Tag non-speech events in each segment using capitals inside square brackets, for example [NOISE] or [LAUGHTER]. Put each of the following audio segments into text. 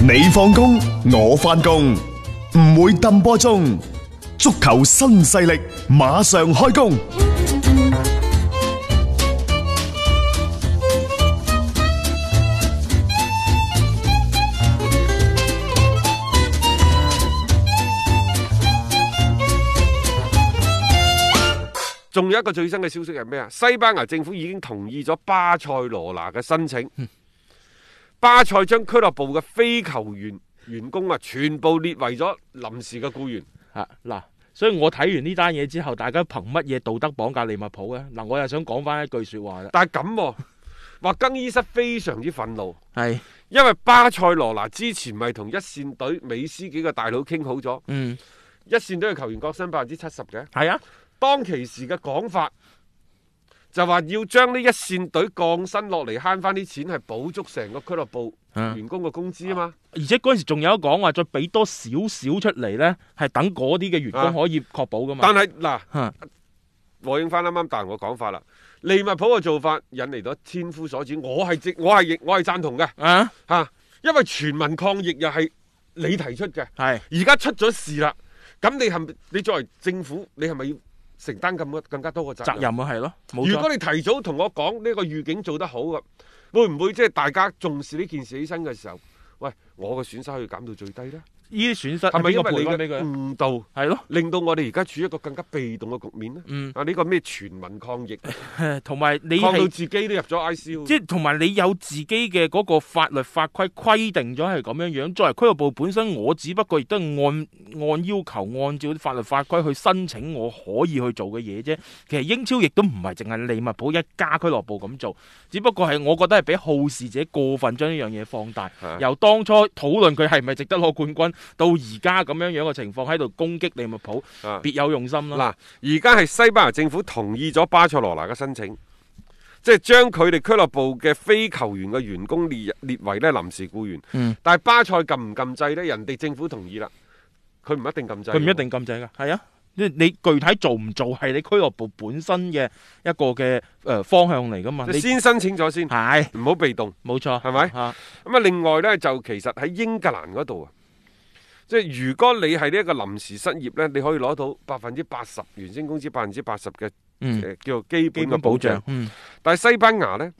你放工，我翻工，唔會抌波鐘。足球新勢力馬上開工。仲有一個最新嘅消息係咩啊？西班牙政府已經同意咗巴塞羅那嘅申請，巴塞將俱樂部嘅非球員員工啊，全部列為咗臨時嘅僱員。啊嗱，所以我睇完呢單嘢之後，大家憑乜嘢道德綁架利物浦咧？嗱，我又想講翻一句説話啦，但係咁喎，話更衣室非常之憤怒，係，因為巴塞羅那之前咪同一線隊美斯幾個大佬傾好咗，嗯，一線隊嘅球員降薪百分之七十嘅。係啊，當其時嘅講法就話要將呢一線隊降薪落嚟慳翻啲錢，係補足成個俱樂部嗯員工嘅工資啊嘛。而且嗰陣時仲有一講話，再俾多少少出嚟咧，係等嗰啲嘅員啊工可以確保噶嘛但。係嗱，嚇我應翻啱啱但我講法啦，利物浦嘅做法引嚟咗千夫所指，我係直我係我係贊同嘅啊，嚇、因為全民抗疫又係你提出嘅，係而家出咗事啦，咁你係咪你作為政府，你係咪要承擔咁更加多嘅責任啊，係咯，冇如錯果。你提早同我講呢個預警做得好嘅，會唔會即係大家重視呢件事起身嘅時候，喂，我嘅損失可以減到最低呢？呢啲損失係咪邊因個為賠翻你俾嘅佢？啊誤導，係咯，令到我哋而家處於一個更加被動嘅局面呢？嗯，啊，呢個咩全民抗疫，同埋你抗到係自己都入咗 ICU。即係同埋你有自己嘅嗰個法律法規規定咗係咁樣樣。作為俱樂部本身，我只不過亦都係按按要求，按照啲法律法規去申請我可以去做嘅嘢啫。其實英超亦都唔係淨係利物浦一家俱樂部咁做，只不過係我覺得係俾好事者過分將呢樣嘢放大。啊由當初討論佢係咪值得攞冠軍，到而家咁樣樣嘅情況喺度攻擊利物浦，啊別有用心啦。嗱，而家係西班牙政府同意咗巴塞羅那嘅申請，即係將佢哋俱樂部嘅非球員嘅員工列列為咧臨時僱員。嗯但係巴塞禁唔禁制呢？人哋政府同意啦，佢唔一定禁制。佢唔一。定禁制噶，係啊，你你具體做唔做係你俱樂部本身嘅一個嘅誒、呃方向嚟噶嘛？你先申請咗先，係唔好被動。冇錯，係咪啊？咁啊，另外呢，就其實喺英格蘭嗰度啊，即係如果你係呢一個臨時失業呢，你可以攞到百分之八十原先工資百分之八十嘅嗯，誒叫做基本基嘅本保保障障。，嗯但係西班牙呢，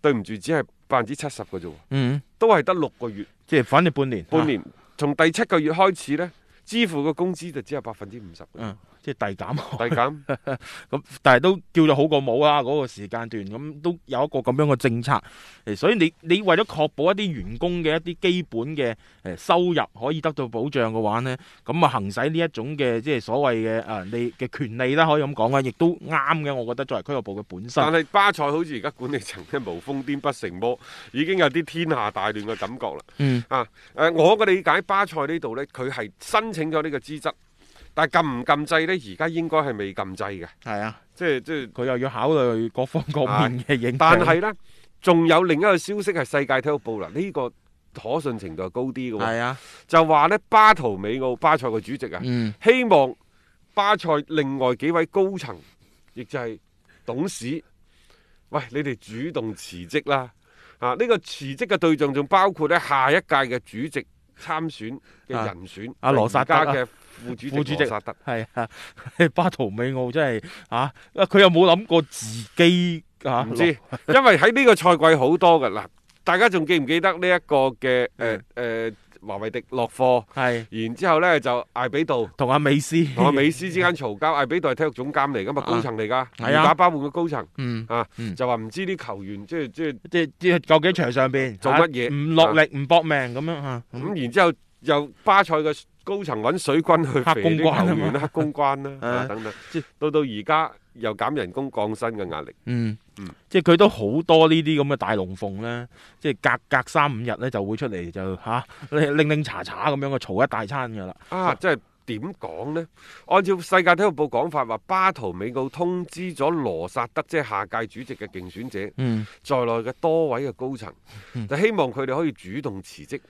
對唔住，只係百分之七十嘅啫喎，嗯，都係得六個月。即係反正半年，半啊年，從第七個月開始呢，支付嘅工資就只有百分之五十嘅嗯，即係遞減。遞減。 [LAUGHS] 咁但係都叫做好過冇啊！嗰、個時間段咁都有一個咁樣嘅政策，誒，所以你你為咗確保一啲員工嘅一啲基本嘅誒收入可以得到保障嘅話呢，咁啊行使呢一種嘅即係所謂嘅誒你嘅權利啦，可以咁講啦，亦都啱嘅。我覺得作為俱樂部嘅本身但，係巴塞好似而家管理層咧無瘋癲不成魔，已經有啲天下大亂嘅感覺啦。嗯啊，誒、我嘅理解，巴塞呢度呢，佢係申請咗呢個資質，但係禁唔禁制呢？而家應該係未禁制嘅，係啊，即係即係。佢又要考慮各方各面嘅影響。 [LAUGHS] 但係呢，仲有另一個消息係世界體育報啦，呢、個可信程度係高啲嘅喎，係啊，就話呢，巴圖美奧巴塞嘅主席啊。嗯希望巴塞另外幾位高層，亦就係董事，喂，你哋主動辭職啦！啊，呢、個辭職嘅對象仲包括咧下一屆嘅主席參選嘅啊人選，阿羅薩德啊而家嘅副主席副主席羅薩德。係啊， [LAUGHS] 巴圖美奧真係啊，佢又冇諗過自己啊，唔知，因為喺呢個賽季好多嘅嗱，大家仲記唔記得呢一個嘅誒嗯誒華為迪落課，係然之後呢就艾比度。同阿美斯同 [LAUGHS] 阿美斯之間嘈交，艾比度係體育總監嚟噶嘛，啊高層嚟噶，係啊而家包括嘅高層。嗯。啊，嗯就話唔知啲球員即係即係即係即係究竟場上邊做乜嘢啊唔落力唔搏命咁樣吓，咁咁，然之後又巴塞嘅高層揾水軍去 [LAUGHS] 黑肥公關啲啊球嘛員啦、黑公關啦啊啊等等即，到到而家又減人工降薪嘅壓力，嗯嗯，即係佢都好多呢啲咁嘅大龍鳳咧，即係隔隔三五日咧就會出嚟就吓， [LAUGHS] 拎拎拎查查咁樣嘅嘈一大餐噶啦，啊，真係點講呢？按照世界體育報講法話，巴圖美奧通知咗羅薩德即係下屆主席嘅競選者嗯，在內嘅多位嘅高層，嗯就希望佢哋可以主動辭職。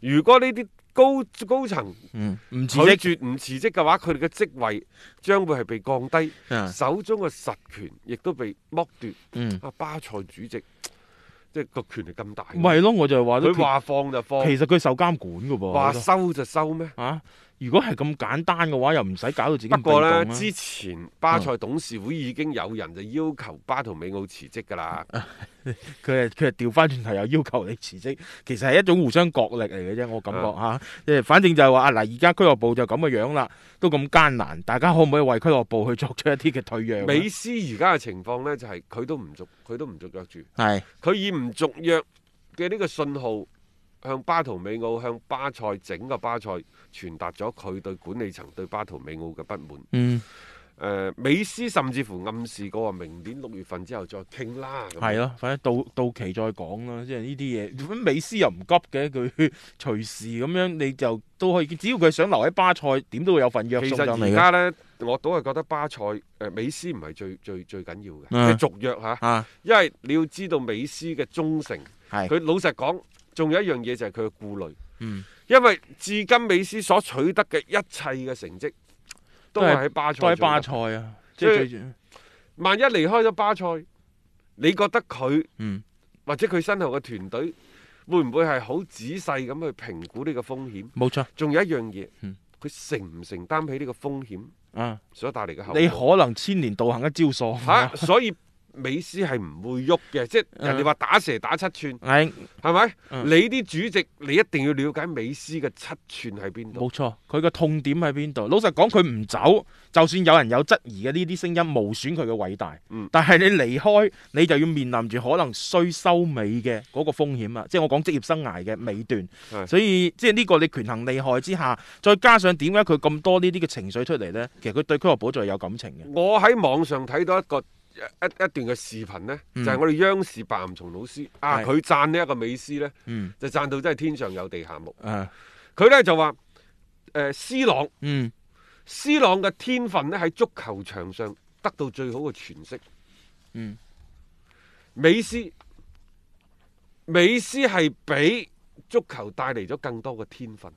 如果呢啲高高層嗯，唔辭職，拒絕唔辭職嘅話，佢哋嘅職位將會係被降低。手中嘅實權亦都被剝奪。啊嗯，啊，巴塞主席即即係個權力咁大？咪係咯，我就係話咯佢話放就放，其實佢受監管噶噃，話我覺收就收咩？得啊，如果係咁簡單嘅話，又唔使搞到自己不咁過被呢，動啊啦之前巴塞董事會已經有人就要求巴圖美奧辭職㗎啦。嗯佢係佢係調翻轉頭又要求你辭職， [LAUGHS] 其實係一種互相角力嚟嘅啫，我感覺嚇。即係反正就係話啊嗱，而家俱樂部就咁嘅樣啦，都咁艱難，大家可唔可以為俱樂部去作出一啲嘅退讓呢？啊美斯而家嘅情況呢，就係、佢都唔續，佢都唔續約住，係佢以唔續約嘅呢個信號向巴圖美奧、向巴塞整個巴塞傳達咗佢對管理層對巴圖美奧嘅不滿。嗯誒、呃美斯甚至乎暗示過話明年六月份之後再傾啦。咁啊係咯，反正到到期再講啦。即係呢啲嘢，咁美斯又唔急嘅，佢 [LAUGHS] 隨時咁樣你就都可以，只要佢想留喺巴塞，點都會有份約其送實上嚟而嘅家呢，我都係覺得巴塞誒、美斯唔係最最最緊要嘅，嗯即係續約嚇，啊，因為你要知道美斯嘅忠誠，係佢老實講，仲有一樣嘢就係佢嘅顧慮，嗯因為至今美斯所取得嘅一切嘅成績都係喺巴塞都喺取得，巴塞啊，即所係以最萬一離開咗巴塞，你覺得佢嗯。或者佢身後嘅團隊會唔會係好仔細咁去評估呢個風險？冇錯仲有一樣嘢嗯，佢承唔承擔起呢個風險啊！所帶嚟嘅後果？你可能千年道行一啊招數嚇、所以美斯係唔會喐嘅，即係人哋話打蛇打七寸，係係咪？嗯你啲主席，你一定要了解美斯嘅七寸喺邊度。冇錯，佢嘅痛點喺邊度？老實講，佢唔走，就算有人有質疑嘅呢啲聲音，無損佢嘅偉大。嗯但係你離開，你就要面臨住可能衰收尾嘅嗰個風險啊！即係我講職業生涯嘅尾段，係所以即係呢個你權衡利害之下，再加上點解佢咁多呢啲嘅情緒出嚟呢？其實佢對俱樂部就係有感情嘅。我喺網上睇到一個一一一段嘅視頻呢，嗯就係我哋央視白岩松老師啊，係佢讚呢一個美斯呢，嗯就讚到真係天上有地下無。啊佢呢就話誒、呃 C 朗嗯，C 朗嘅天分呢喺足球場上得到最好嘅詮釋。嗯，美斯，美斯係俾足球帶嚟咗更多嘅天分。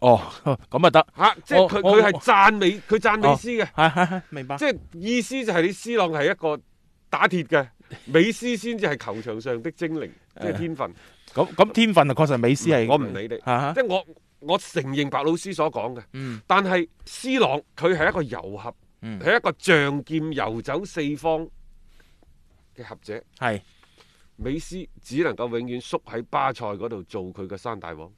哦 [LAUGHS] 咁啊得，吓、即係佢我我哦佢係讚美佢讚美斯嘅，係係係明白。即係意思就係你斯朗係一個打鐵嘅，美斯先至係球場上的精靈，即係天分。咁咁天分啊，確實美斯係我唔理你，嚇嚇即係我我承認白老師所講嘅，啊嗯但係斯朗佢係一個游俠，嗯係一個仗劍游走四方嘅俠者。係。美斯只能夠永遠縮喺巴塞嗰度做佢嘅山大 [LAUGHS] 王。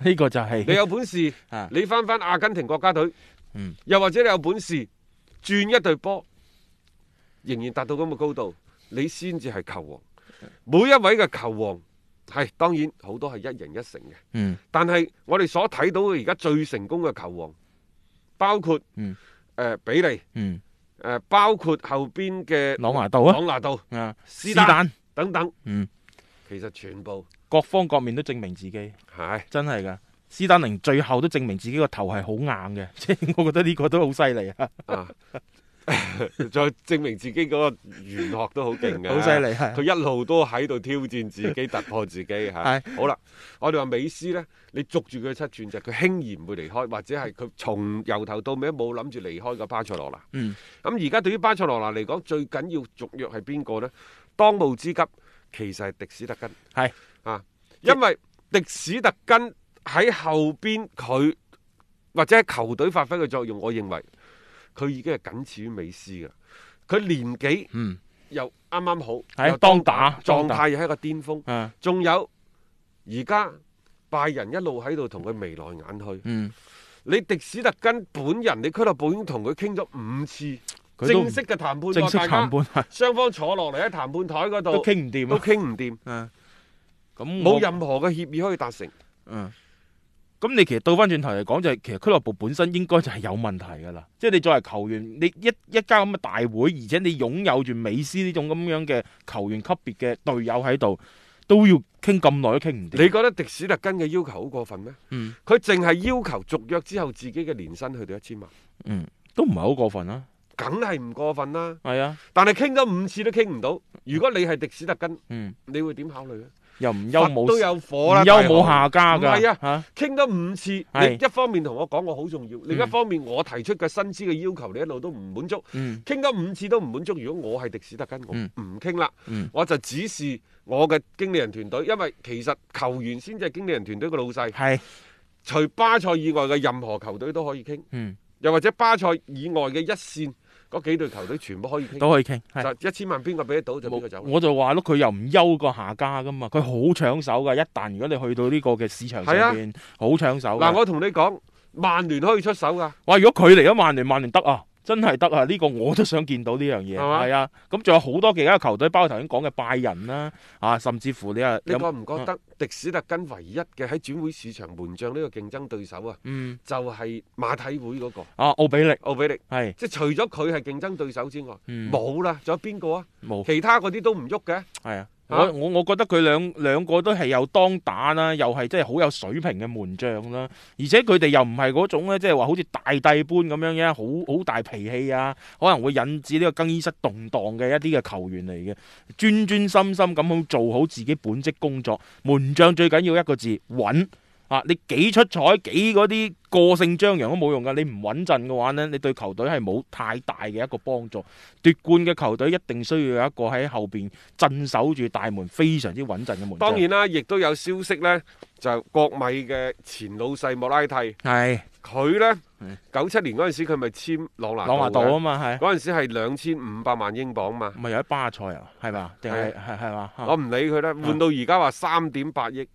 呢個就係你有本事啊，你翻翻阿根廷國家隊，嗯又或者你有本事轉一隊波，仍然達到咁嘅高度，你先至係球王。每一位嘅球王係當然好多係一人一城嘅，嗯但係我哋所睇到嘅而家最成功嘅球王，包括誒、嗯呃比利，誒、呃嗯包括後邊嘅朗拿度啊朗拿度啊斯是丹但等等，嗯其實全部各方各面都證明自己，係真係噶。斯丹寧最後都證明自己個頭係好硬嘅， [LAUGHS] 即係我覺得呢個都好犀利啊，啊，再證明自己嗰個玄學都好勁嘅， [LAUGHS] 好犀利啊係佢一路都喺度挑戰自己、突破自 [LAUGHS] 己嚇。係好啦，我哋話美斯呢，你捉住佢嘅七寸就係佢輕易唔會離開，或者係佢從由頭到尾都冇諗住離開個巴塞羅那。嗯，咁而家對於巴塞羅那嚟講，最緊要續約係邊個呢？當務之急其實係迪史特根。係啊，因為迪史特根喺後邊佢或者喺球隊發揮嘅作用，我認為佢已經係僅次於美斯㗎啦。佢年紀嗯又啱啱好，係又當打狀當打態又係一個巔峰。啊仲有而家拜仁一路喺度同佢眉來眼去。嗯，你迪史特根本人，你俱樂部已經同佢傾咗五次佢都正式嘅談判喎，正式大家談判係雙方坐落嚟喺談判台嗰都度傾唔掂嗯都啊傾唔掂，啊，咁冇我任何嘅協議可以達成。嗯，咁你其實倒翻轉頭嚟講，就係、其實俱樂部本身應該就係有問題㗎啦。即係你作為球員，你一一家咁嘅大會，而且你擁有住美斯呢種咁樣嘅球員級別嘅隊友喺度，都要傾咁耐都傾唔掂。你覺得迪史特根嘅要求好過分咩？嗯佢淨係要求續約之後自己嘅年薪去到一千萬，啊嗯，都唔係好過分啦、梗係唔過分啦。係啊，但係傾咗五次都傾唔到。如果你係迪史特根，嗯，你會點考慮咧？又唔憂佛冇都有火啦，唔憂大佬冇下家唔㗎，係啊啊，傾咗五次，係你一方面同我講我好重要，另一嗯方面我提出嘅薪資嘅要求你一路都唔滿足。嗯傾咗五次都唔滿足，如果我係迪士特根，我嗯唔傾啦，嗯我就指示我嘅經理人團隊，因為其實球員先至係經理人團隊嘅老細，係，除巴塞以外嘅任何球隊都可以傾，嗯，又或者巴塞以外嘅一線嗰幾隊球隊全部可以傾，都可以傾，係。嗯就一千萬邊個俾得到就邊個走。我就話咯，佢又唔憂個下家噶嘛，佢好搶手噶。一旦如果你去到呢個嘅市場上係啊邊，好搶手㗎。嗱，我同你講，曼聯可以出手㗎，哇！如果佢嚟咗曼聯，曼聯得啊，真係得啊！呢、個我都想見到呢樣嘢，係嘛係啊。咁仲有好多其他球隊，包括頭先講嘅拜仁啦，啊，甚至乎你啊，你有覺唔覺得迪士特根唯一嘅喺轉會市場門將呢個競爭對手啊，嗯就係馬體會嗰個啊奧比力奧比力，係即係除咗佢係競爭對手之外。嗯冇啦，仲有邊個啊？冇其他嗰啲都唔喐嘅。係啊。嚇我我我覺得佢兩兩個都係有當打啦，又係真係好有水平嘅門將啦，而且佢哋又唔係嗰種咧，即係話好似大帝般咁樣嘅，好好大脾氣啊，可能會引致呢個更衣室動盪嘅一啲嘅球員嚟嘅，專專心心咁好做好自己本職工作。門將最緊要一個字穩啊！你幾出彩幾嗰啲個性張揚都冇用噶，你唔穩陣嘅話呢，你對球隊係冇太大嘅一個幫助。奪冠嘅球隊一定需要有一個喺後邊鎮守住大門非常之穩陣嘅門將。當然啦，亦都有消息呢，就國米嘅前老細莫拉蒂，係佢呢，嗯九七年嗰陣時佢咪簽朗拿朗拿度啊嘅，嘛，係嗰陣時係兩千五百萬英鎊嘛。咪有喺巴塞啊？係嘛？定係係係嘛？啊我唔理佢啦，換到而家話三點八億，即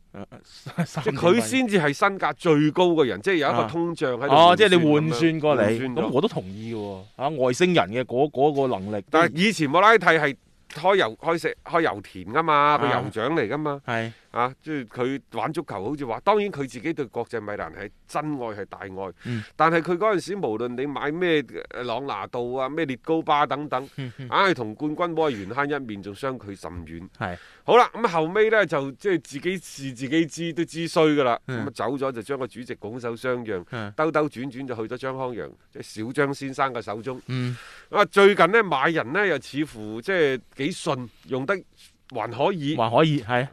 即係佢先至係身價最高嘅人，即係有一個啊通脹喺度。哦，即係你換算過換嚟，算咁咗我都同意嘅喎。啊，外星人嘅嗰嗰個能力，但係以前莫拉蒂係開油開石開油田噶嘛，佢啊油長嚟噶嘛。係啊，即係佢玩足球好似話，當然佢自己對國際米蘭係真愛係大愛，嗯但係佢嗰陣時無論你買咩呃朗拿度啊、咩列高巴等等，嗯硬係同冠軍波係緣慳一面，仲相距甚遠。係好啦，咁後尾呢，就即係自己事自己知，都知衰噶啦，咁嗯啊走咗就將個主席拱手相讓，嗯兜兜轉轉就去咗張康陽，即係小張先生嘅手中。嗯啊，最近呢，買人呢，又似乎即係幾順，用得還可以。還可以係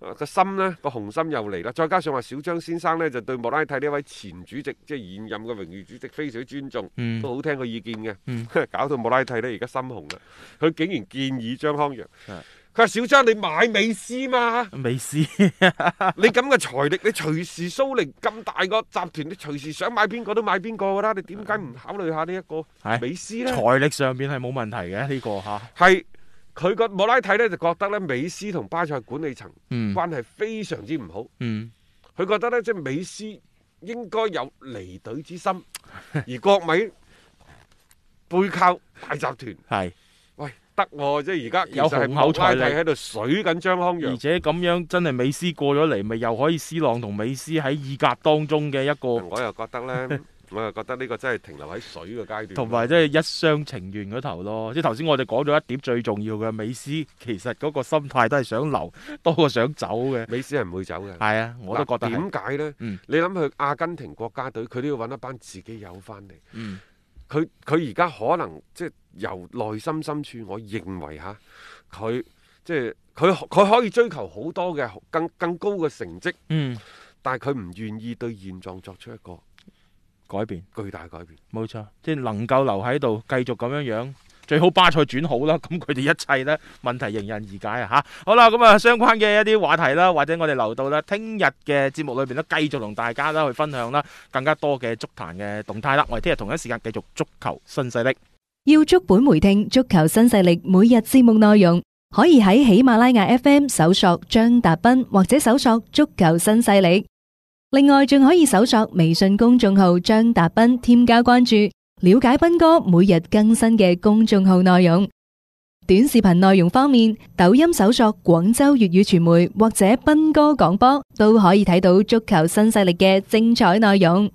啊個心呢，個雄心又嚟啦，再加上話小張先生呢，就對莫拉蒂呢位前主席，即係現任嘅榮譽主席非常之尊重，嗯都好聽佢意見嘅。嗯 [LAUGHS] 搞到莫拉蒂呢而家心紅啦，佢竟然建議張康陽，係，佢話小張你買美斯嘛美斯你咁嘅財力，你隨時蘇寧咁大個集團，你隨時想買邊個都買邊個㗎啦，你點解唔考慮下呢一個係美斯呢？財力上邊係冇問題嘅呢個嚇，係佢個莫拉蒂呢，就覺得呢美斯同巴塞管理層嗯關係非常之唔好。嗯佢覺得呢，即係美斯應該有離隊之 [LAUGHS] 心，而國米背靠大集團，係，喂得喎！即係而家其有實係雄厚財力莫拉蒂喺度水緊張康而陽。且咁樣真係美斯過咗嚟，咪又可以斯朗同美斯喺意甲當中嘅一個，我又覺得呢，我又覺得呢個真係停留喺水嘅階段。同埋即係一廂情願嗰頭咯。即係頭先我哋講咗一點最重要嘅，美斯其實嗰個心態都係想留多過想走嘅。美斯係唔會走嘅。係啊，我都覺得係。點解呢？嗯你諗佢阿根廷國家隊，佢都要揾一班自己友翻嚟。嗯佢佢而家可能即係由內心深處，我認為嚇佢即係佢佢可以追求好多嘅更更高嘅成績，嗯，但係佢唔願意對現狀作出一個改變巨大改變。冇錯，即係能夠留喺度繼續咁樣樣。最好巴塞轉好啦， [LAUGHS] 咁佢哋一切呢問題迎刃而解啊！嚇，好啦，咁啊相關嘅一啲話題啦，或者我哋留到啦，聽日嘅節目裏邊呢，繼續同大家啦去分享啦，更加多嘅足壇嘅動態啦。我哋聽日同一時間繼續足球新勢力。要足本回聽足球新勢力每日節目內容，可以喺喜馬拉雅 FM 搜索張達斌或者搜索足球新勢力。另外，仲可以搜索微信公眾號張達斌，添加關注，了解斌哥每日更新嘅公眾號內容。短視頻內容方面，抖音搜索廣州粵語傳媒或者斌哥廣播，都可以睇到足球新勢力嘅精彩內容。